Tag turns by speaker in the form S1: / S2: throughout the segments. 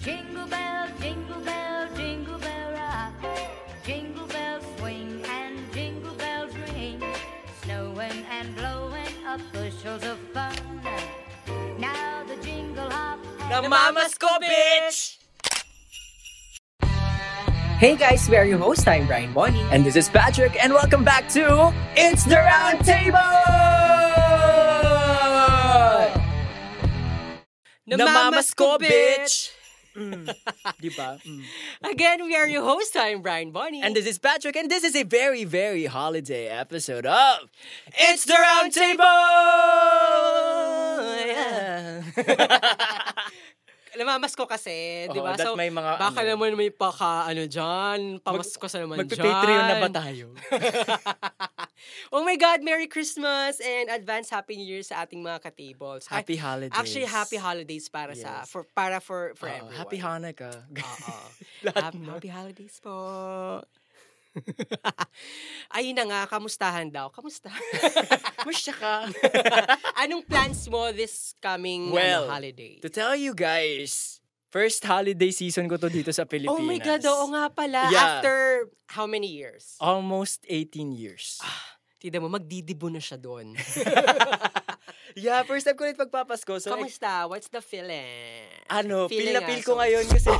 S1: Jingle bell, jingle bell, jingle bell rock. Jingle bells swing and jingle bells ring. Snowing and blowing up bushels of fun. Now the jingle hop.
S2: Namamas ko, bitch! Hey guys, we are your host. I'm Brian Bonnie. And this is Patrick. And welcome back to It's the Round Table!
S3: Namamas ko, bitch!
S2: Di ba?
S3: Again, we are your host. I'm Brian Bonnie.
S2: Mm. And this is Patrick. And this is a very, very holiday episode of It's the Round Table!
S3: namamas ko kasi, di
S2: Oo,
S3: ba?
S2: that may mga,
S3: baka
S2: ano,
S3: naman may paka, ano dyan, pamasko sa naman dyan.
S2: Magpipatreon na ba tayo?
S3: oh my God, Merry Christmas and advance Happy New Year sa ating mga katables. Ay,
S2: Happy holidays.
S3: Actually, happy holidays para sa,
S2: Yes.
S3: for, para for, for
S2: Oh,
S3: everyone.
S2: happy Hanukkah.
S3: Oo.
S2: Lahat
S3: happy,
S2: na.
S3: happy holidays po. Ayun na nga, kamustahan daw. Kamusta?
S2: Musta Uh-uh. ka?
S3: Anong plans mo this coming ano,
S2: Well,
S3: holiday?
S2: To tell you guys, first holiday season ko to dito sa Pilipinas.
S3: Oh my God, oo nga pala.
S2: Yeah. Oh.
S3: After how many years?
S2: Almost 18 years.
S3: Ah. Tida mo, magdidibo na siya doon.
S2: yeah, first time ko ulit magpapasko. So, like,
S3: Kamusta? What's the feeling?
S2: ano, feel
S3: Feeling
S2: na feel ko
S3: aso.
S2: ngayon kasi...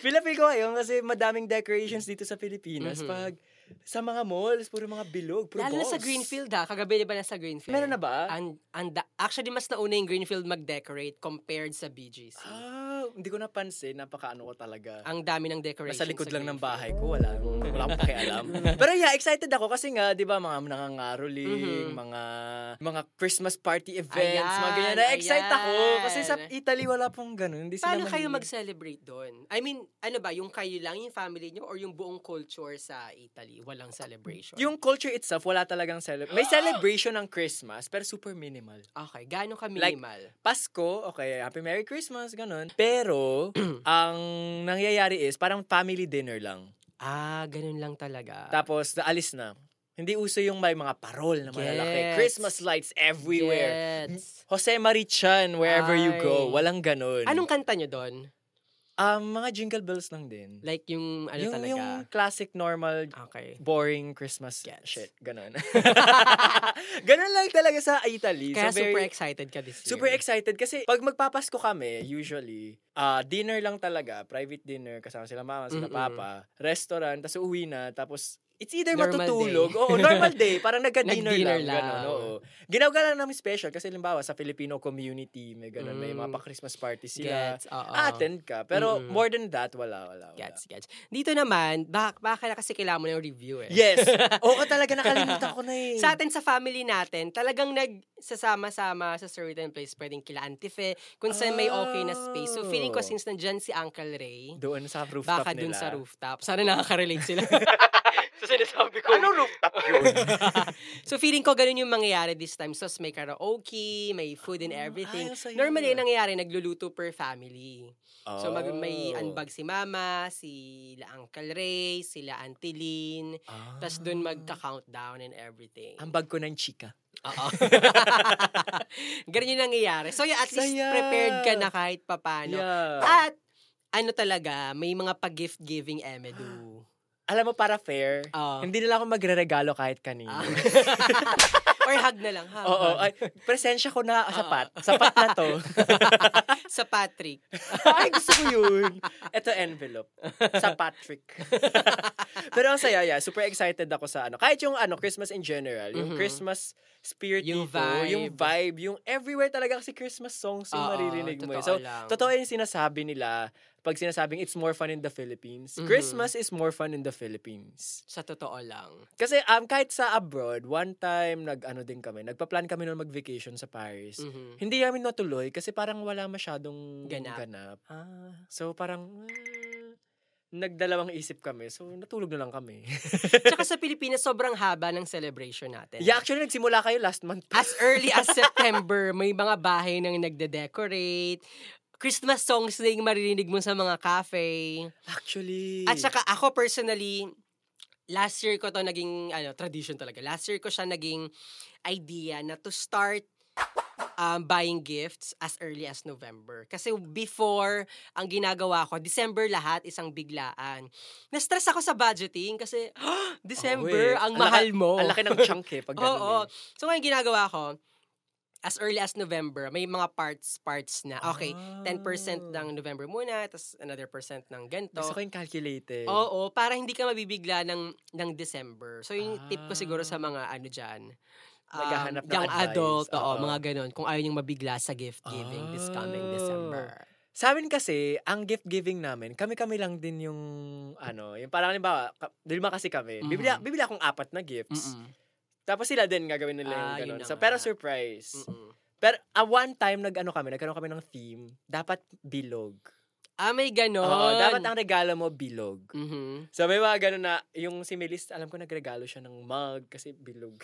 S2: feel na feel ko ngayon kasi madaming decorations dito sa Pilipinas.
S3: Mhm.
S2: Pag sa mga malls, puro mga bilog, puro
S3: Lalo na sa
S2: balls.
S3: Greenfield ha. Kagabi di ba na sa Greenfield?
S2: Meron na ba?
S3: And, and actually, mas nauna yung Greenfield mag-decorate compared sa BGC.
S2: Ah, hindi ko napansin. Napakaano ko talaga.
S3: Ang dami ng decoration
S2: Nasa likod
S3: sa
S2: lang ng
S3: Greenfield.
S2: bahay ko, wala, wala akong pakialam. Pero yeah, excited ako kasi nga, di ba, mga nangangaroling,
S3: Mhm.
S2: mga mga Christmas party events, mga
S3: Ayan,
S2: ganyan. Na-excite ako kasi sa
S3: ayan.
S2: Italy wala pong ganun. Hindi sila
S3: Paano kayo
S2: mahilig.
S3: mag-celebrate doon? I mean, ano ba, yung kayo lang, yung family nyo, or yung buong culture sa Italy? Walang celebration?
S2: Yung culture itself, wala talagang celebration. May celebration ng Christmas, pero super minimal.
S3: Okay, gaano ka
S2: Like-
S3: minimal?
S2: Pasko, okay, Happy Merry Christmas, ganun. Pero, ang nangyayari is, parang family dinner lang.
S3: ah, ganun lang talaga.
S2: Tapos, naalis na. Hindi uso yung may mga parol na malalaki.
S3: Gets.
S2: Christmas lights everywhere.
S3: Gets.
S2: Jose Marichan, wherever you go.
S3: Ay.
S2: Walang ganun.
S3: Anong kanta nyo doon?
S2: Um, mga jingle bells lang din.
S3: Like yung ano
S2: yung,
S3: talaga?
S2: yung classic, normal,
S3: Okay.
S2: boring Christmas
S3: Gets.
S2: shit. Ganun. ganun lang talaga sa Italy.
S3: Kaya
S2: So, very-
S3: super excited ka this year.
S2: Super excited kasi pag magpapasko kami, usually, ah dinner lang talaga, private dinner, kasama sila mama, sila
S3: Mm-mm.
S2: papa, restaurant, tapos uuwi na, tapos it's either
S3: Normal
S2: matutulog,
S3: day.
S2: oo, normal day, parang nagka-dinner
S3: Nag-dinner
S2: lang,
S3: lang.
S2: ganun, oo. Ginawa lang namin special kasi limbawa sa Filipino community, may ganun, may mga
S3: Mm.
S2: pa-Christmas party sila. Ah,
S3: Gets, oo.
S2: Attend ka, pero
S3: Mm-mm.
S2: more than that, wala, wala, wala.
S3: Gets, gets. Dito naman, bak baka na kasi kailangan mo ng review eh.
S2: Yes! oo, talaga nakalimutan ko na eh.
S3: Sa atin, sa family natin, talagang nagsasama-sama sa certain place. Pwedeng kila Antife, kung saan may okay na space. So feeling ko
S2: Oh.
S3: since nandyan si Uncle Ray,
S2: doon sa rooftop
S3: baka dun
S2: nila.
S3: sa rooftop. Sana nakaka-relate sila.
S2: So sinasabi ko, ano rooftop yun?
S3: so feeling ko ganun yung mangyayari this time. So may karaoke, may
S2: Oh,
S3: food and everything.
S2: ayos Ah, sa'yo.
S3: Normally, yung nangyayari, nagluluto per family. So mag, may
S2: Oh.
S3: unbag si Mama, sila Uncle Ray, sila Auntie Lynn.
S2: Ah.
S3: Tapos dun magka-countdown and everything.
S2: Ang bag ko ng chika.
S3: Oo. Ganun yung nangyayari. So yeah, at least
S2: Saya.
S3: prepared ka na kahit papano.
S2: Yeah.
S3: At ano talaga, may mga pa-gift-giving emedu.
S2: alam mo, para fair,
S3: Ah.
S2: hindi nila ako magre-regalo kahit kanino.
S3: Ah. Or hug na lang, hug.
S2: Oo,
S3: hug.
S2: ay, presensya ko na
S3: Ah.
S2: sapat. Sapat na to.
S3: Sa Patrick.
S2: ay, gusto ko yun. Ito envelope. Sa Patrick. Pero ang saya, yeah. Super excited ako sa ano. Kahit yung ano, Christmas in general. Yung
S3: Mhm.
S2: Christmas spirit
S3: Yung
S2: dito. Mm-hmm. Yung
S3: vibe.
S2: vibe. Yung everywhere talaga kasi Christmas songs yung
S3: Oo,
S2: maririnig mo. eh. So,
S3: totoo lang.
S2: totoo yung sinasabi nila pag sinasabing it's more fun in the Philippines.
S3: Mhm.
S2: Christmas is more fun in the Philippines.
S3: Sa totoo lang.
S2: Kasi um, kahit sa abroad, one time, nag-ano din kami, nagpa-plan kami noon mag-vacation sa Paris.
S3: Mhm.
S2: Hindi namin natuloy kasi parang wala masyadong ganap.
S3: Ganap. Ah.
S2: So parang, ah, nagdalawang isip kami. So natulog na lang kami.
S3: Tsaka sa Pilipinas, sobrang haba ng celebration natin.
S2: yeah, actually, nagsimula kayo last month.
S3: As early as September, may mga bahay nang nagde-decorate. Christmas songs na yung maririnig mo sa mga cafe.
S2: Actually.
S3: At saka ako personally, last year ko to naging ano, tradition talaga. Last year ko siya naging idea na to start um, buying gifts as early as November. Kasi before, ang ginagawa ko, December lahat, isang biglaan. Na-stress ako sa budgeting kasi, "Ah, December, ang mahal
S2: laki-
S3: mo.
S2: Ang laki ng chunk eh, pag ganun.
S3: oh. Oo.
S2: eh.
S3: So, ngayon ginagawa ko, as early as November, may mga parts-parts na. Okay, 10% ng November muna, tapos another percent ng ganito.
S2: Ah. Gusto ko yung calculated.
S3: Oo, para hindi ka mabibigla ng, ng December. So, yung tip ko siguro sa
S2: Ah.
S3: mga ano dyan.
S2: Naghahanap ng
S3: young
S2: advice.
S3: adult, oo,
S2: Oo.
S3: mga ganon. Kung ayaw yung mabigla sa gift giving this coming
S2: Ah.
S3: December.
S2: Sa amin kasi, ang gift giving namin, kami-kami lang din yung, ano, yung parang halimbawa, ka- lima kasi kami. Bibili,
S3: Mhm.
S2: bibili akong apat na gifts.
S3: Mm-mm.
S2: Tapos sila din gagawin nila yung
S3: Ah, yun
S2: ganun.
S3: na
S2: so,
S3: nga.
S2: pero surprise.
S3: Mm-mm.
S2: Pero ah, one time, nag-ano kami, nagkaroon kami ng theme, dapat bilog.
S3: Ah, may ganon.
S2: Oo, dapat ang regalo mo, bilog.
S3: Mhm.
S2: So, may mga ganun na, yung si Melis, alam ko nagregalo siya ng mug kasi bilog.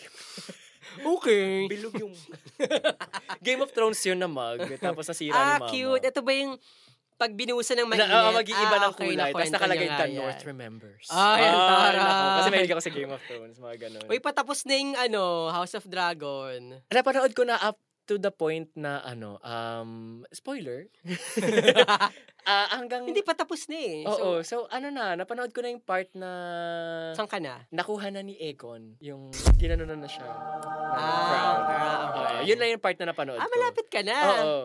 S3: Okay.
S2: bilog yung... Game of Thrones yun na mug, tapos nasira
S3: Ah,
S2: ni Mama.
S3: cute. Ito ba yung pag binuhusan ng mainit?
S2: Na, oo, mag-iiba
S3: Ah,
S2: ng
S3: okay,
S2: kulay. Tapos
S3: nakwento
S2: nakalagay
S3: niya nga
S2: the
S3: yan.
S2: North remembers. Ah,
S3: Ay, ang taray.
S2: nako, Kasi mahilig ako sa Game of Thrones, mga ganun.
S3: Uy, patapos na yung ano, House of Dragon.
S2: napanood ko na up to the point na ano, um, spoiler. Ah, hanggang...
S3: Hindi patapos na eh.
S2: Oo, so, ano na, napanood ko na yung part na...
S3: So, saan ka na?
S2: nakuha na ni Akon yung ginano na na siya.
S3: Ah,
S2: Crown.
S3: ah, okay.
S2: Oo, yun na yung part na napanood
S3: Ah,
S2: ko.
S3: malapit ka na.
S2: Oo.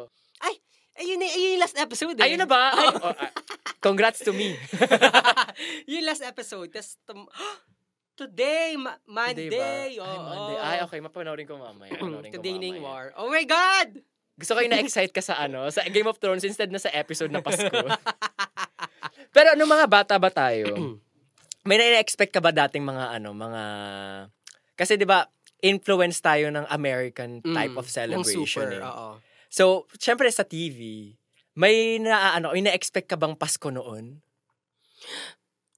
S3: Ayun na, ayun yung last episode eh.
S2: Ayun na ba? Ay, oh, ah, congrats to me.
S3: yung last episode. Tapos, tum- today, ma- Monday.
S2: Diba?
S3: oo.
S2: Ay, Monday. Ay, okay. Mapanorin ko mamaya. Panoorin ko
S3: today na yung
S2: mamaya.
S3: war. Oh my God!
S2: Gusto ko yung na-excite ka sa ano, sa Game of Thrones instead na sa episode na Pasko. Pero ano mga bata ba tayo? May na-expect ka ba dating mga ano, mga... Kasi di ba influence tayo ng American type
S3: Mm,
S2: of celebration.
S3: Yung super, ah.
S2: eh.
S3: oo.
S2: So, syempre sa TV, may na ano, ina-expect ka bang Pasko noon?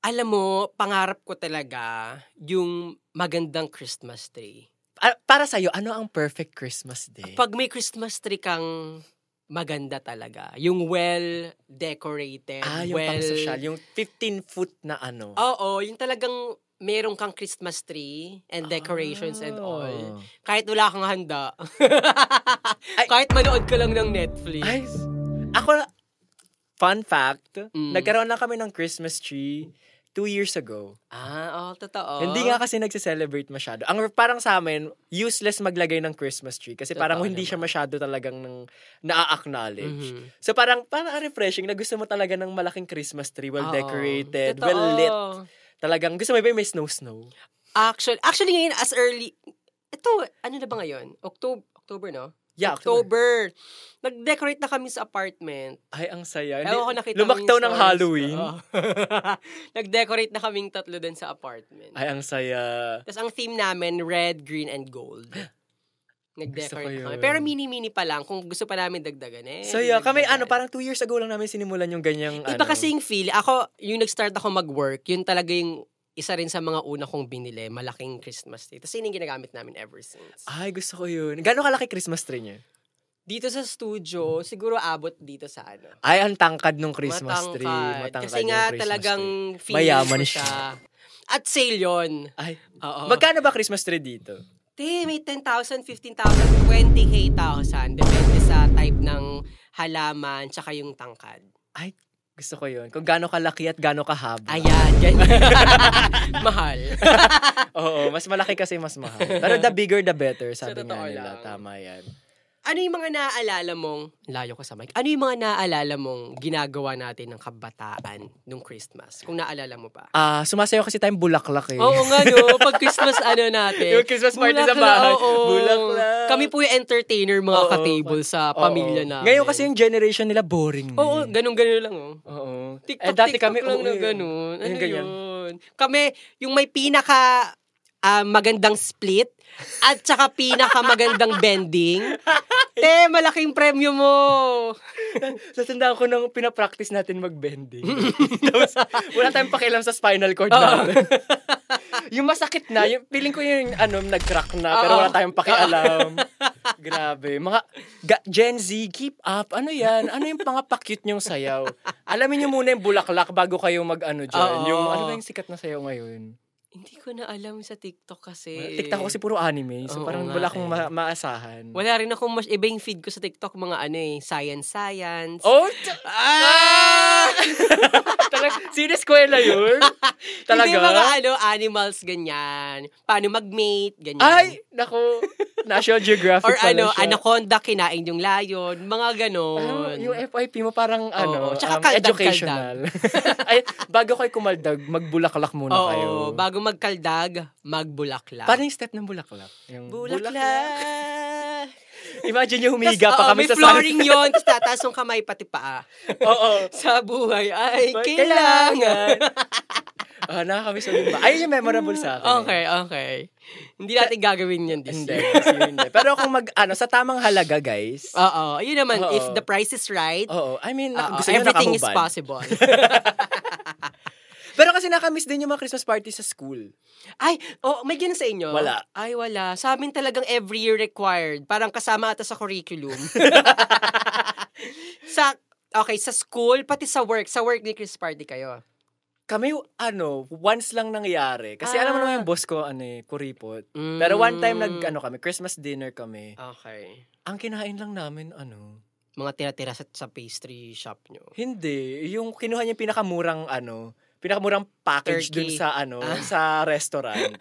S3: Alam mo, pangarap ko talaga yung magandang Christmas tree.
S2: Ah, Para sa ano ang perfect Christmas day?
S3: Pag may Christmas tree kang maganda talaga. Yung well-decorated.
S2: ah, yung
S3: well, Oh,
S2: pang-social, yung 15 foot na ano.
S3: Oo, yung talagang meron kang Christmas tree
S2: Ah.
S3: and decorations and all.
S2: Oh.
S3: Kahit wala kang handa.
S2: Ay-
S3: Kahit manood ka lang ng Netflix.
S2: Ay, ako fun fact,
S3: Mm.
S2: nagkaroon na kami ng Christmas tree two years ago.
S3: Ah, oo, totoo.
S2: Hindi nga kasi nagse-celebrate masyado. Ang parang sa amin, useless maglagay ng Christmas tree kasi parang
S3: Totoo
S2: hindi siya
S3: naman.
S2: masyado talagang ng, na-acknowledge.
S3: Mhm.
S2: So parang parang ang refreshing na gusto mo talaga ng malaking Christmas tree, well
S3: Oo.
S2: decorated,
S3: Totoo.
S2: well lit. Talagang gusto mo ba yung may snow snow?
S3: Actually, actually ngayon as early ito, ano na ba ngayon? October, October no?
S2: Yeah, October.
S3: October. Nag-decorate na kami sa apartment.
S2: Ay, ang saya. Hindi,
S3: Ewan ko nakita mo
S2: lumaktaw
S3: yung
S2: ng
S3: stories.
S2: Halloween.
S3: Oo. Nag-decorate na kaming tatlo dun sa apartment.
S2: Ay, ang saya.
S3: Tapos ang theme namin, red, green, and gold. Nag-decorate
S2: Gusto ko
S3: na kami.
S2: yun.
S3: Pero mini-mini pa lang. Kung gusto pa namin dagdagan eh.
S2: Saya. Kami
S3: dagdagan.
S2: ano, parang two years ago lang namin sinimulan yung ganyang ano.
S3: Iba kasi yung feel. Ako, yung nag-start ako mag-work, yun talaga yung isa rin sa mga una kong binili, malaking Christmas tree. Tapos yun yung ginagamit namin ever since.
S2: Ay, gusto ko yun. Gano'ng kalaki Christmas tree niya?
S3: Ah. Dito sa studio, siguro abot dito sa ano.
S2: Ay, ang tangkad nung Christmas tree. Matangkad
S3: Matangkad. Kasi nga
S2: yung Christmas
S3: talagang
S2: tree.
S3: feeling
S2: Mayaman
S3: ko
S2: siya.
S3: siya. At sale yun.
S2: Ay,
S3: Oo.
S2: magkano ba Christmas tree dito?
S3: Te, may 10,000, 15,000, 28,000. Depende sa type ng halaman, tsaka yung tangkad.
S2: Ay, gusto ko yun. Kung gano'ng kalaki at gano'ng kahaba.
S3: Ayan, ganyan. Mahal.
S2: Oo, mas malaki kasi mas mahal. Pero the bigger the better, sabi
S3: Sa totoo
S2: nga nila.
S3: lang.
S2: Tama yan.
S3: ano yung mga naaalala mong, layo ko sa mic, ano yung mga naaalala mong ginagawa natin ng kabataan nung Christmas? Kung naalala mo ba?
S2: Ah, sumasayaw kasi tayong bulaklak eh.
S3: Oo nga no, pag Christmas ano natin.
S2: Yung Christmas party sa
S3: Bulaklak,
S2: bahay.
S3: oo.
S2: Bulaklak.
S3: Kami po yung entertainer mga
S2: Oo.
S3: ka-table sa
S2: Oo.
S3: pamilya namin.
S2: Ngayon kasi yung generation nila boring. na
S3: Oo,
S2: eh.
S3: ganun-ganun lang oh.
S2: Oo.
S3: TikTok, TikTok lang
S2: oo,
S3: na
S2: eh.
S3: ganun. Ano
S2: Yung ganyan.
S3: yun? Kami, yung may pinaka ah, magandang split at saka pinaka magandang bending. Te, malaking premyo mo.
S2: Tatandaan ko nung pinapractice natin mag-bending. Tapos, wala tayong pakialam sa spinal cord
S3: Oo.
S2: namin. yung masakit na, yung, feeling ko yung ano, nag-crack na, pero
S3: Oo.
S2: wala tayong pakialam. Grabe. Mga ga- Gen Z, keep up. Ano yan? Ano yung mga pakit niyong sayaw? Alamin niyo muna yung bulaklak bago kayo mag-ano dyan.
S3: Oo.
S2: Yung, ano ba yung sikat na sayaw ngayon?
S3: Hindi ko na alam sa TikTok kasi.
S2: TikTok ko kasi puro anime. So
S3: Eh. Oo
S2: parang
S3: nga
S2: wala akong
S3: eh.
S2: ma- maasahan.
S3: Wala rin akong mas, iba yung feed ko sa TikTok, mga ano eh, science-science.
S2: Oh! t-
S3: Ah!
S2: Talaga, serious kwela yun? Talaga?
S3: Hindi, mga ano, animals, ganyan. Paano mag-mate, ganyan.
S2: Ay, nako. National Geographic
S3: Or
S2: pala
S3: ano,
S2: siya.
S3: anaconda, kinain yung layon, mga ganon.
S2: Ano, yung FYP mo parang ano,
S3: tsaka
S2: um,
S3: kaldag-kaldag.
S2: educational. Ay, bago kayo kumaldag, magbulaklak muna
S3: Oo,
S2: kayo.
S3: bago magkaldag, magbulaklak.
S2: Paano yung step ng bulaklak? Yung
S3: bulaklak.
S2: Imagine yung humiga
S3: Tas,
S2: pa
S3: oo,
S2: kami
S3: may
S2: sa
S3: flooring yun, tapos tataas yung kamay pati paa.
S2: Oo. Oh,
S3: Sa buhay ay kailangan.
S2: Kailangan. Ah, nakakamiss ulit ba? Ayun yung memorable sa akin.
S3: Okay, okay. Hindi natin gagawin yan this
S2: Hindi,
S3: year.
S2: this year hindi. Pero kung mag, ano, sa tamang halaga, guys.
S3: Oo, yun naman,
S2: Oo.
S3: if the price is right,
S2: Oo. I mean, nak-
S3: oo,
S2: gusto nyo
S3: Ah, everything is
S2: nakahubad.
S3: possible.
S2: Pero kasi nakamiss din yung mga Christmas party sa school.
S3: Ay, oh, may ganun sa inyo?
S2: Wala.
S3: Ay, wala. Sa amin talagang every year required. Parang kasama ata sa curriculum. sa, okay, sa school, pati sa work. Sa work, may Christmas party kayo.
S2: Kami, ano, once lang nangyari. Kasi alam mo
S3: Ah.
S2: naman yung boss ko, ano eh, kuripot. Pero one time, nag, ano kami, Christmas dinner kami.
S3: Mm. Okay.
S2: Ang kinain lang namin, ano,
S3: Mga tira-tira sa, sa pastry shop nyo.
S2: hindi. Yung kinuha niya yung pinakamurang, ano, pinakamurang package dun
S3: Turkey.
S2: sa, ano,
S3: Ah.
S2: sa restaurant.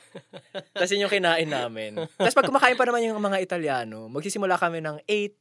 S2: Tapos yun yung kinain namin. Tapos pag kumakain pa naman yung mga Italiano, magsisimula kami ng 8.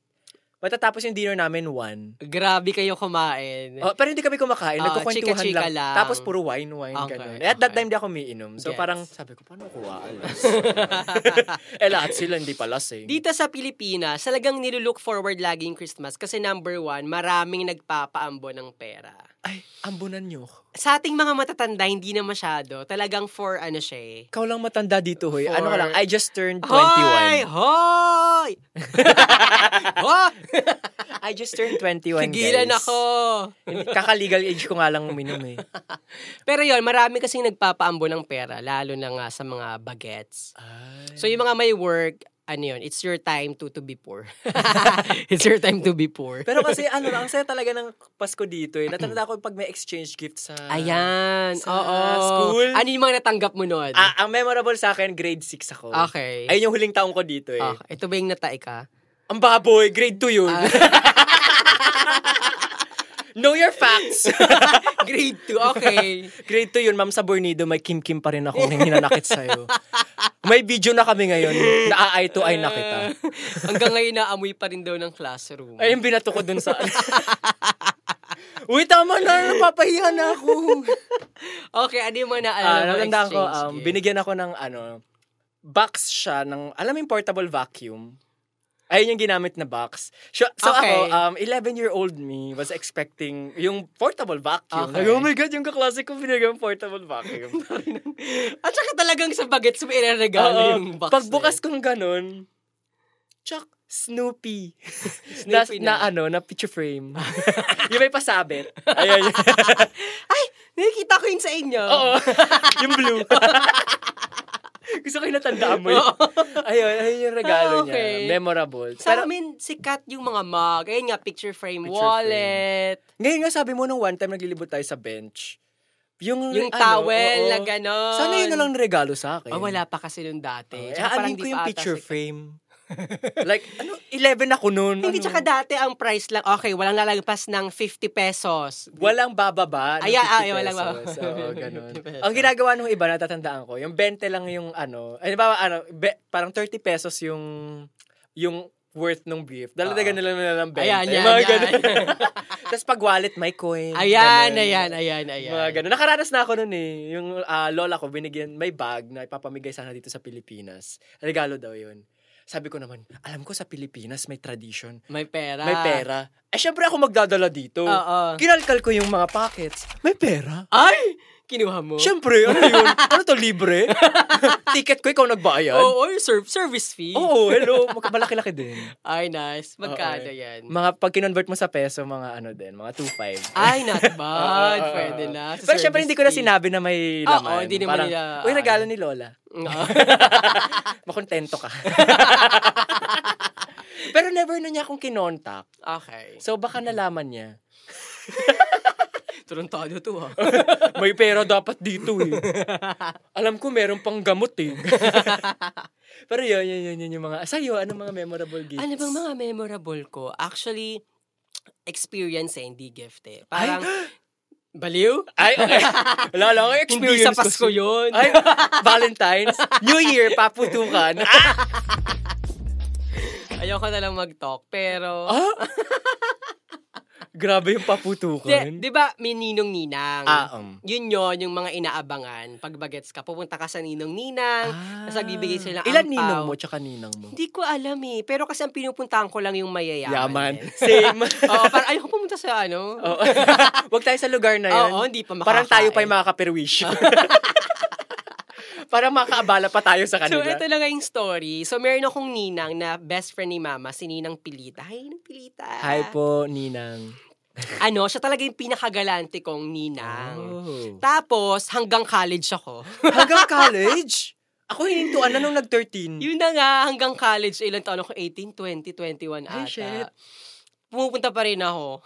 S2: Matatapos yung dinner namin 1.
S3: Grabe kayo kumain.
S2: Oh, pero hindi kami kumakain.
S3: Ah,
S2: Nagkukwentuhan
S3: chika-chika
S2: lang.
S3: lang.
S2: Tapos puro wine-wine.
S3: Okay,
S2: ganun. Eh, At that
S3: okay.
S2: time, di ako umiinom. So
S3: Gets.
S2: parang sabi ko, paano ko aalas? eh, lahat sila hindi pala sing.
S3: Dito sa Pilipinas, talagang nilulook forward lagi yung Christmas kasi number one, maraming nagpapaambo ng pera.
S2: Ay, ambunan niyo. ako.
S3: Sa ating mga matatanda, hindi na masyado. Talagang for ano siya eh.
S2: Ikaw lang matanda dito, hoy. Ano ka
S3: For-
S2: lang, I just turned 21.
S3: Hoy! Hoy! Hoy!
S2: I just turned 21,
S3: Tigilan
S2: guys.
S3: ako.
S2: Hindi- Kaka-legal age ko nga lang uminom eh.
S3: Pero yon marami kasing nagpapaambo ng pera, lalo na nga sa mga bagets. So yung mga may work, ano yun, it's your time to to be poor. it's your time to be poor.
S2: Pero kasi ano lang, ang saya talaga ng Pasko dito eh. Natanda ko pag may exchange gift sa...
S3: Ayan,
S2: Ah. Sa
S3: oo.
S2: school?
S3: Ano yung mga natanggap mo noon?
S2: Ah, ang memorable sa akin, grade 6 ako.
S3: okay.
S2: Ayun yung huling taong ko dito eh.
S3: Ah, ito ba yung natae ka?
S2: Ang baboy, grade 2 yun.
S3: Ah.
S2: know your facts.
S3: Grade 2, okay.
S2: grade 2 yun, ma'am, sa Bornido, may kim-kim pa rin ako nang hinanakit sa'yo. May video na kami ngayon, na eye to eye na kita.
S3: Hanggang ngayon naamoy pa rin daw ng classroom.
S2: Ay, yung binato ko dun sa... Uy, tama na, napapahiya na ako.
S3: Okay, ano yung mga naalala
S2: Ah,
S3: mo
S2: natandaan ko,
S3: exchange
S2: um,
S3: gift?
S2: binigyan ako ng ano, box siya ng, alam mo yung portable vacuum? Ayun yung ginamit na box. So, so ako,
S3: Okay.
S2: um, 11-year-old me was expecting yung portable vacuum.
S3: Okay.
S2: Like, oh my God, yung kaklase ko binigyan ng portable vacuum.
S3: At saka talagang sa bagets mo iraregalo
S2: Oo.
S3: yung box. eh.
S2: Pagbukas kong ganun, Chuck, Snoopy. na,
S3: Snoopy
S2: na.
S3: na.
S2: ano, na picture frame. yung may pasabit. Ayun. yun.
S3: eh. Nakikita ko yun sa inyo.
S2: Oo. yung blue. Gusto ko yung natandaan mo yun. ayun, ayun yung regalo
S3: Ah, okay.
S2: niya. Memorable.
S3: Sa
S2: Pero,
S3: amin, sikat yung mga mug. Ayun nga, picture frame
S2: Picture
S3: wallet.
S2: ngayon nga sabi mo nung one time naglilibot tayo sa bench. Yung,
S3: Yung
S2: ano,
S3: towel
S2: oo.
S3: na gano'n.
S2: Sana yun na lang regalo sa akin.
S3: Oh, wala pa kasi nun dati.
S2: Eh,
S3: Tsaka parang
S2: haanin ko
S3: di
S2: yung
S3: pa ata
S2: picture
S3: sikat.
S2: frame. like, ano, 11 ako noon.
S3: Hindi,
S2: ano.
S3: tsaka dati ang price lang, okay, walang lalagpas ng 50 pesos.
S2: Walang bababa ng
S3: Ay, ay,
S2: 50
S3: walang bababa.
S2: pesos. Oo, ganun.
S3: 50 pesos.
S2: Ang ginagawa nung iba, natatandaan ko, yung 20 lang yung ano, ay, ba, ano be- parang 30 pesos yung yung worth ng beef. Dalaga
S3: Oo.
S2: nila na lang 20.
S3: Ayan, yan,
S2: mga
S3: yan.
S2: ganun. Tapos pag wallet, may coin.
S3: Ayan,
S2: ganun.
S3: ayan, ayan, ayan.
S2: Mga ganun. Nakaranas na ako nun eh. Yung ah, lola ko, binigyan, may bag na ipapamigay sana dito sa Pilipinas. Regalo daw yun. Sabi ko naman, alam ko sa Pilipinas may tradition.
S3: May pera.
S2: May pera. Eh, syempre ako magdadala dito.
S3: Oo.
S2: Kinalkal ko yung mga packets. May pera.
S3: Ay! Kinuha mo?
S2: Siyempre, ano yun? Ano to, libre? Ticket ko, ikaw nagbayad? Oo,
S3: Oo, oh, serv- service fee.
S2: hello. Magkamalaki-laki din.
S3: Ay, nice. Magkano
S2: Oo, eh.
S3: yan?
S2: Mga pag kinonvert mo sa peso, mga ano din, mga 2.5.
S3: Ay, not bad.
S2: Oo, oo, oo.
S3: Pwede na. Sa
S2: Pero syempre,
S3: service
S2: hindi ko na
S3: fee.
S2: sinabi na may
S3: Oo,
S2: laman.
S3: hindi naman
S2: Parang,
S3: nila- ano."
S2: Uy, regalo ni Lola.
S3: Oo.
S2: Makontento ka. Pero never na niya akong kinontak.
S3: okay.
S2: So, baka nalaman niya.
S3: Tarantado to ah. ha.
S2: May pera dapat dito eh. Alam ko meron pang gamot eh. Pero yun, yun, yun, yun yung mga... Sa'yo, anong mga memorable gifts?
S3: ano bang mga memorable ko? Actually, experience eh, hindi gift eh.
S2: Ay!
S3: Parang, baliw?
S2: Ay, okay. Wala lang akong experience
S3: Hindi sa
S2: ko.
S3: Pasko yun.
S2: Ay, Valentine's, New Year, paputukan. Ah!
S3: Ayoko na lang mag-talk, pero...
S2: Ah! Grabe yung
S3: Di,
S2: paputukan.
S3: di ba, may ninong-ninang?
S2: ah, um.
S3: Yun yun, yung mga inaabangan. Pag bagets ka, pupunta ka sa
S2: Ah.
S3: ninong-ninang. Tapos nagbibigay sila ng
S2: Ilan
S3: ampaw.
S2: ninong mo, tsaka ninang mo?
S3: Hindi ko alam eh. Pero kasi ang pinupuntahan ko lang yung mayayaman.
S2: Yaman.
S3: eh.
S2: Same.
S3: Oo, parang ayoko pumunta sa ano.
S2: Oo. Huwag tayo sa lugar na yun.
S3: Oo, hindi pa makakain.
S2: Parang tayo pa yung makakaperwish. Parang makaabala pa tayo sa
S3: So,
S2: kanila.
S3: ito lang yung story. So, meron akong ninang na best friend ni mama, si Ninang Pilita. Hi, Ninang Pilita.
S2: Hi po, Ninang.
S3: Ano, siya talaga yung pinakagalante kong ninang.
S2: Oh.
S3: Tapos, hanggang college ako.
S2: Hanggang college? Ako hinintuan na nung nag-13.
S3: Mm-hmm. Yun na nga, hanggang college, ilang taon ako, 18, 20, 21 ata.
S2: Ay, shit.
S3: Pumupunta pa rin ako.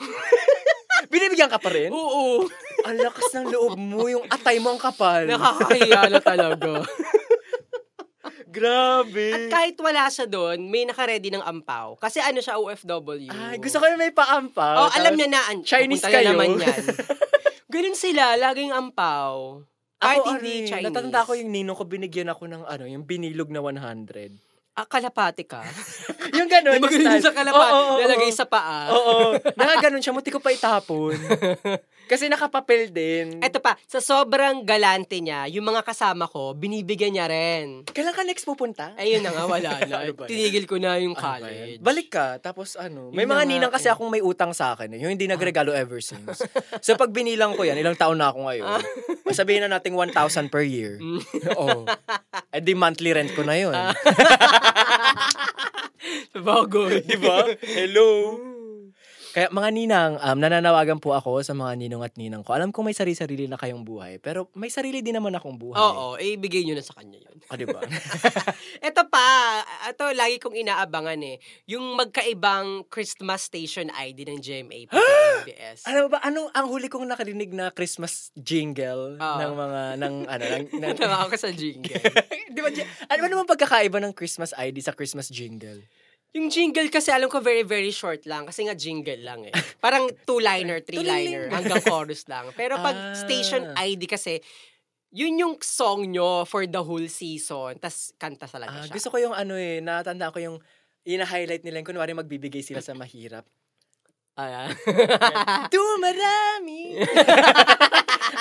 S2: Binibigyan ka pa rin?
S3: Oo.
S2: Ang lakas ng loob mo, yung atay mo ang kapal.
S3: Nakakahiya na talaga.
S2: Grabe.
S3: At kahit wala siya doon, may nakaredy ng ampaw. Kasi ano siya, OFW.
S2: Ay, gusto ko yung may paampaw.
S3: Oh, alam
S2: Tapos-
S3: niya na. an-
S2: Chinese
S3: pupunta na
S2: kayo.
S3: naman yan. Ganun sila, laging ampaw. Kahit
S2: Ako,
S3: hindi
S2: ano eh,
S3: Chinese.
S2: Natatanda ko yung ninong ko, binigyan ako ng ano, yung binilog na 100.
S3: Ah, kalapati ka.
S2: Yung gano'n.
S3: Yung magaling sa kalapati.
S2: Oo, oo, oo.
S3: Lalagay sa paa.
S2: Oo. Nakaganon siya, muti ko pa itapon. Kasi nakapapel din.
S3: Eto pa, sa sobrang galante niya, yung mga kasama ko, binibigyan niya rin.
S2: Kailan ka next pupunta?
S3: Ayun na nga, wala na.
S2: Ano ba yan?
S3: Tinigil ko na yung
S2: Ano ba yan?
S3: college.
S2: Balik ka, tapos ano. May mga
S3: Yun na nga
S2: ninang kasi
S3: eh. Ah.
S2: akong may utang sa akin. eh, Yung hindi nagregalo ever since. so pag binilang ko yan, ilang taon na ako ngayon. Masabihin na nating 1,000 per year.
S3: Mm.
S2: Oo. Eh di monthly rent ko na yun.
S3: Ah. Bago.
S2: Di ba? Hello. Kaya mga ninang, um, nananawagan po ako sa mga ninong at ninang ko. Alam ko may sarili-sarili na kayong buhay, pero may sarili din naman akong buhay.
S3: Oo, eh, ibigay niyo na sa kanya yun.
S2: Ah, di ba?
S3: Ito pa, ito lagi kong inaabangan eh. Yung magkaibang Christmas station ID ng GMA pa sa MBS.
S2: Ano ba ano ang huli kong nakarinig na Christmas jingle
S3: Oo.
S2: ng mga ng ano ng, ng
S3: Natawa ako sa jingle.
S2: Di ba, J- ano ba naman pagkakaiba ng Christmas ID sa Christmas jingle?
S3: Yung jingle kasi alam ko very very short lang kasi nga jingle lang eh. Parang two-liner, three-liner,
S2: Tuliling.
S3: hanggang chorus lang. Pero
S2: Ah.
S3: pag station ID kasi, yun yung song nyo for the whole season. Tapos kanta talaga
S2: Ah,
S3: siya.
S2: gusto ko yung ano eh, natanda ko yung ina-highlight nila yung kunwari magbibigay sila sa mahirap.
S3: Ayan. Ah.
S2: Tu marami!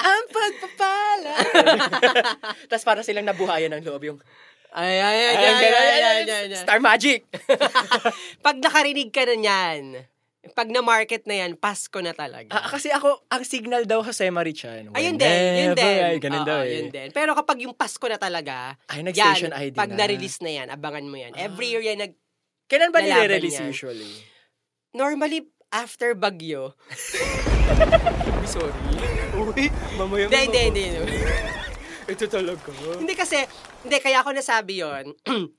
S2: ang pagpapala! Tapos para silang nabuhayan ng loob yung
S3: Ay, ay, ay, ay,
S2: Ayan,
S3: ay,
S2: ganun,
S3: ay, ay,
S2: ayan,
S3: ay, ay.
S2: Star Magic!
S3: Pag nakarinig ka na niyan, pag na-market na yan, Pasko na talaga.
S2: Ah, kasi ako, ang signal daw Jose Marichan.
S3: Ayun din, yun
S2: Whenever,
S3: din.
S2: Ay, ganun
S3: Oo,
S2: daw eh.
S3: yun din. Pero kapag yung Pasko na talaga,
S2: Ay,
S3: yan,
S2: nag-station ID
S3: pag
S2: na. Ah.
S3: na-release na yan, abangan mo yan. Every year yan, nag,
S2: Kailan ba
S3: nalaban
S2: nire-release
S3: yan.
S2: usually?
S3: normally, after Bagyo.
S2: Sorry. Uy, mamaya
S3: Hindi, hindi, hindi. hindi.
S2: Ito talaga.
S3: Hindi kasi, hindi, kaya ako nasabi yon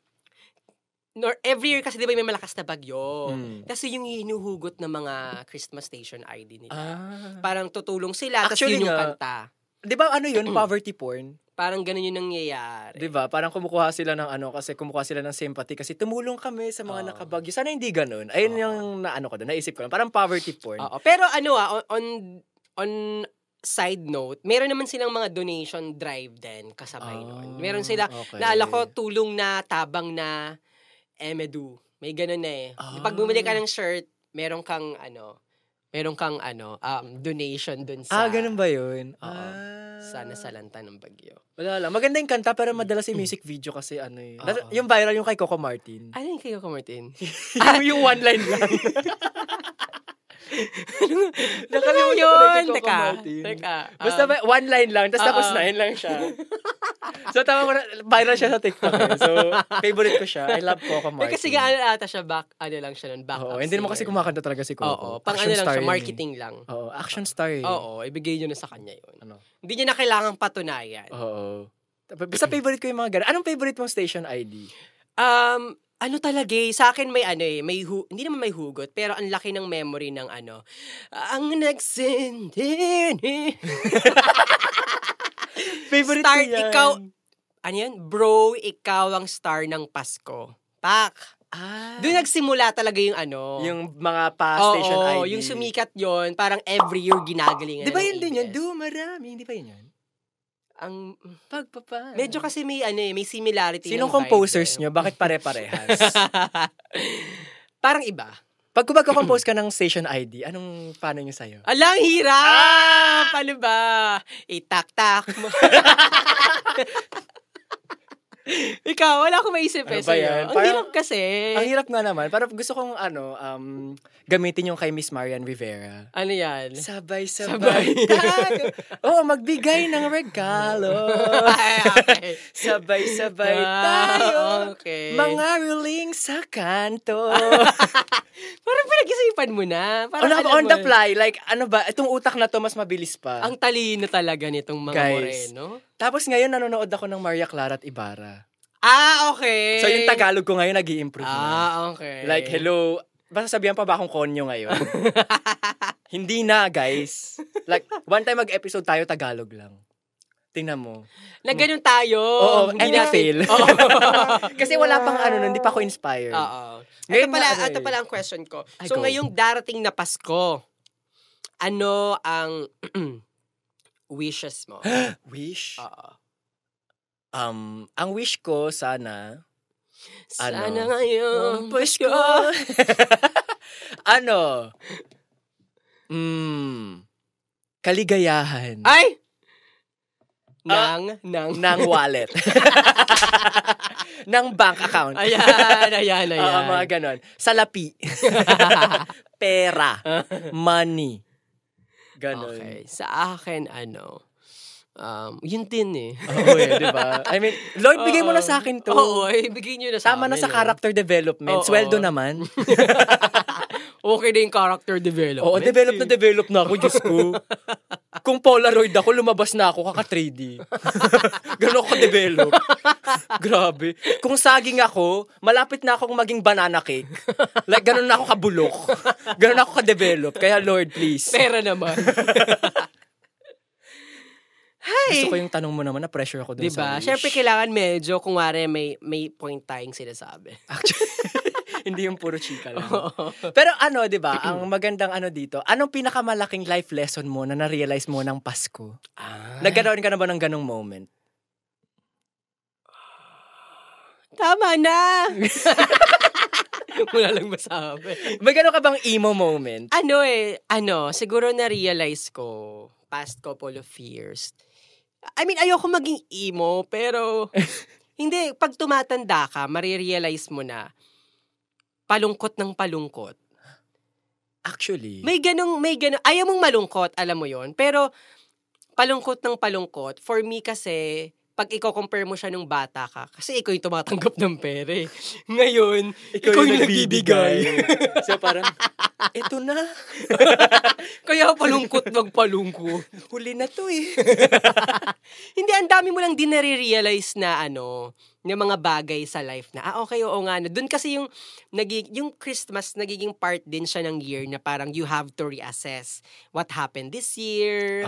S3: Nor, every year kasi di ba may malakas na bagyo.
S2: Mm.
S3: Kasi yung hinuhugot ng mga Christmas station ID nila.
S2: Ah.
S3: Parang tutulong sila, tapos
S2: Actually
S3: yun yung
S2: nga,
S3: kanta.
S2: Di ba ano yun, poverty porn?
S3: Parang ganun yung nangyayari.
S2: Di ba? Parang kumukuha sila ng ano, kasi kumukuha sila ng sympathy kasi tumulong kami sa mga
S3: Oo.
S2: nakabagyo. Sana hindi ganun. Ayun
S3: Oo.
S2: yung naano ko doon, naisip ko. lang. Parang poverty porn.
S3: Oo. Pero ano ah, on, on, on side note, meron naman silang mga donation drive din kasabay nun. Meron sila,
S2: Ah. okay.
S3: naalala ko, tulong na tabang na Emedu. May ganun na eh.
S2: Ah.
S3: Pag bumili ka ng shirt, meron kang ano, meron kang ano, um, donation dun
S2: ah,
S3: sa,
S2: ganun ba yun?
S3: Oo.
S2: Ah.
S3: sa nasalanta ng bagyo.
S2: Wala lang. Maganda yung kanta pero madalas yung music video kasi ano eh. Nas-
S3: Oo.
S2: Yung viral yung kay Coco Martin.
S3: Ano yung kayo, Martin?
S2: yung, yung one line lang.
S3: Nakalimutan
S2: ko na
S3: yun!
S2: yung kay Coco
S3: Teka,
S2: Martin.
S3: teka.
S2: Basta
S3: um, uh-uh.
S2: ba- one line lang, tapos
S3: Oo.
S2: tapos na, yun lang siya. so tama ko na, viral siya sa TikTok. Eh. So, favorite ko siya. I love Coco Martin.
S3: Kasi nga ano ata siya, back, ano lang siya nun, back
S2: Oo, hindi naman kasi kumakanta talaga si Coco.
S3: Oo, pang
S2: Action
S3: ano lang
S2: star
S3: siya,
S2: yun eh.
S3: marketing lang.
S2: Oo, action star eh.
S3: Oo, ibigay nyo na sa kanya yun.
S2: Ano? Oh.
S3: Hindi niya na kailangang patunayan.
S2: Oo. Tapos, Basta favorite ko yung mga ganun. Anong favorite mong station ID?
S3: Um, ano talaga eh, sa akin may ano eh, may hu- hindi naman may hugot, pero ang laki ng memory ng ano. Ang nagsindi ni-
S2: Favorite
S3: Star,
S2: ko yan.
S3: ikaw, ano yan? Bro, ikaw ang star ng Pasko. Pak!
S2: Ah,
S3: Doon nagsimula talaga yung ano.
S2: yung mga pa
S3: Oo,
S2: station ID.
S3: yung sumikat yon parang every year ginagalingan.
S2: Di ba
S3: na ng
S2: yun din yun?
S3: ABS.
S2: Do marami. Hindi ba yun yun?
S3: Ang,
S2: Pagpapa.
S3: medyo kasi may ano eh, may similarity.
S2: Hmm. Sinong
S3: ng vibe
S2: composers
S3: eh.
S2: nyo? Bakit pare-parehas?
S3: parang iba.
S2: Pag kumagko-compose ka ng station ID, anong paano nyo sa'yo?
S3: Alang
S2: Ah!
S3: hirap! Ano ba? Itak-tak mo. Ikaw, wala akong maisip eh
S2: Ano ba
S3: sa'yo.
S2: yan?
S3: Ang
S2: Parang-
S3: hirap kasi.
S2: Ang hirap nga naman. Parang gusto kong ano, um, gamitin yung kay Miss Marian Rivera.
S3: Ano yan?
S2: Sabay-sabay. tayo. Oo, magbigay ng regalo.
S3: okay.
S2: Sabay-sabay
S3: Ah,
S2: tayo.
S3: Okay.
S2: Mga ruling sa kanto.
S3: Parang pinag-isipan mo na.
S2: on,
S3: Parang alam
S2: Ano on
S3: mo
S2: the
S3: na.
S2: fly, like ano ba, itong utak na to mas mabilis pa.
S3: Ang talino talaga nitong mga
S2: Guys.
S3: Moreno.
S2: Tapos ngayon nanonood ako ng Maria Clara at Ibarra.
S3: Ah, okay.
S2: So yung Tagalog ko ngayon nag improve na.
S3: Ah, okay.
S2: Like, hello, basta sabihan pa ba akong konyo ngayon? Hindi na, guys. Like, one time mag-episode tayo, Tagalog lang. Tingnan mo.
S3: Na ganun tayo.
S2: Oo, and
S3: Oh, Hindi
S2: I
S3: natin-
S2: fail.
S3: Oo.
S2: Kasi wala pang ano nun, hindi pa ako inspired.
S3: Oo. Ito
S2: Ngayon
S3: pala,
S2: nga, ano
S3: ito
S2: eh.
S3: pala ang question ko.
S2: Ay, go.
S3: So ngayong darating na Pasko, ano ang wishes mo?
S2: Ano? Wish?
S3: Oo.
S2: Um, ang wish ko, sana,
S3: Sana
S2: Ano?
S3: ngayong Pasko.
S2: ano? Mm, kaligayahan
S3: Ay! Nang, nang.
S2: ng wallet. ng bank account.
S3: Ayan, ayan, ayan.
S2: Oo, Ah, mga ganon. Salapi. Pera. Money. Ganon.
S3: okay. Sa akin, ano, um, yun din eh.
S2: Oo, eh, di ba? I mean, Lord, bigay mo na
S3: Oo.
S2: sa akin to.
S3: Oo, eh, bigay nyo na sa
S2: Tama na
S3: amin,
S2: sa
S3: eh.
S2: character development.
S3: Oo.
S2: Sweldo naman.
S3: Okay na yung character development.
S2: Oo, develop na
S3: eh.
S2: develop na ako, Diyos ko. Kung Polaroid ako, lumabas na ako, kaka 3D. Ganun ako develop. Grabe. Kung saging ako, malapit na akong maging banana cake. Like, ganun na ako kabulok. Ganun ako ka-develop. Kaya, Lord, please.
S3: Pera naman.
S2: Gusto ko
S3: Hey!
S2: yung tanong mo naman, na-pressure ako dun
S3: Diba?
S2: sa wish.
S3: Siyempre, kailangan medyo, kung wari, may, may point tayong sinasabi.
S2: Actually, hindi yung puro chika
S3: Ah.
S2: lang. Pero ano, di ba, ang magandang ano dito, anong pinakamalaking life lesson mo na na-realize mo ng Pasko?
S3: Ah.
S2: Nagkaroon ka na ba ng ganong moment?
S3: Tama na! Wala lang masabi.
S2: May ganon ka bang emo moment?
S3: Ano eh, ano, siguro na-realize ko past couple of years. I mean, ayoko maging emo, pero hindi, pag tumatanda ka, marirealize mo na palungkot ng palungkot.
S2: Actually,
S3: May ganong, may ganong, ayaw mong malungkot, alam mo yon Pero, palungkot ng palungkot, for me kasi, pag ikaw compare mo siya nung bata ka, kasi ikaw yung tumatanggap ng pere. Ngayon, ikaw, yung, nagbibigay.
S2: so parang, eto na,
S3: Kaya palungkot magpalungkot.
S2: huli na to eh.
S3: Hindi, ang dami mo lang din nare-realize na ano, ng mga bagay sa life na, ah, okay, oo nga. No. Doon kasi yung, nagi, yung Christmas, nagiging part din siya ng year na parang you have to reassess what happened this
S2: Ah,
S3: year,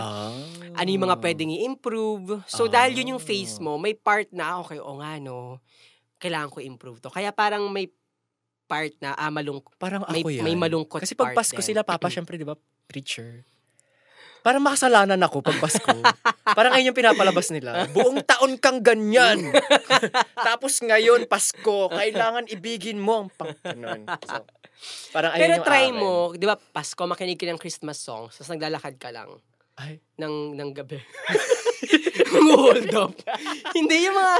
S3: ano yung
S2: Mm.
S3: mga pwedeng i-improve. So, dahil yun yung face mo, may part na, ah, okay, oo nga, no, kailangan ko improve to. Kaya parang may part na, ah, malungkot.
S2: Parang
S3: May,
S2: ako yan.
S3: may malungkot
S2: Kasi pag
S3: part
S2: Pasko
S3: din.
S2: sila, Papa, syempre, di ba, preacher. Parang makasalanan ako pag Pasko. Parang ngayon yung pinapalabas nila. Buong taon kang ganyan. Tapos ngayon, Pasko, kailangan ibigin mo ang pang... ganun. So, parang ayun
S3: Pero
S2: yung
S3: try
S2: akin.
S3: mo, di ba, Pasko, makinig ka ng Christmas songs, tapos naglalakad ka lang.
S2: Ay,
S3: ng ng gabi. Hold up. Hindi yung mga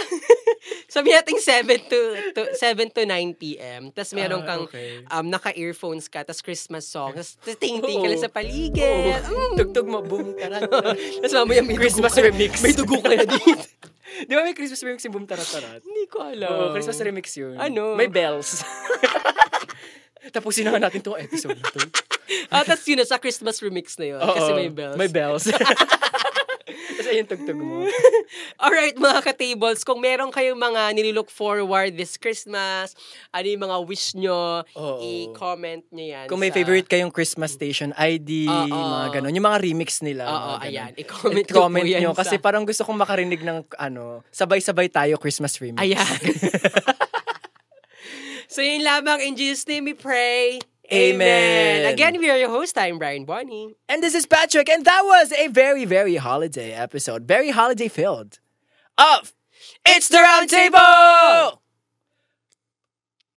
S3: sabi natin 7 to, to 7 to 9 p.m. Tapos meron
S2: Ah,
S3: kang
S2: okay.
S3: um, naka-earphones ka, tapos Christmas song. Tapos ting-ting ka lang sa paligid.
S2: Oo. Tugtog mo, boom, tarat.
S3: Tapos mamaya may
S2: Christmas
S3: dugo ka-
S2: remix.
S3: May dugo ka na dito.
S2: Di ba may Christmas remix yung boom, tarat, tarat?
S3: Hindi ko alam.
S2: Oo, Christmas remix yun.
S3: Ano?
S2: May bells. Tapusin na nga natin tong episode na to.
S3: Ah, tapos yun, sa Christmas remix na yun. kasi
S2: Oo,
S3: may bells.
S2: May bells. Kasi Isa yung tugtog mo.
S3: Alright mga ka-tables, kung meron kayong mga nililook forward this Christmas, ano yung mga wish nyo,
S2: Oo.
S3: i-comment nyo yan.
S2: Kung may
S3: sa-
S2: favorite kayong Christmas station ID,
S3: Oo.
S2: mga ganun. Yung mga remix nila.
S3: Oo,
S2: mga ganun.
S3: ayan. I-comment,
S2: Comment,
S3: nyo po
S2: comment
S3: yan
S2: nyo.
S3: sa-
S2: Kasi parang gusto kong makarinig ng ano, sabay-sabay tayo Christmas remix.
S3: Ayan. so yun lamang, in Jesus' name we pray.
S2: Amen.
S3: Again, we are your host. I'm Brian Bonnie.
S2: And this is Patrick, and that was a very, very holiday episode. Very holiday filled of
S3: It's the Round Table!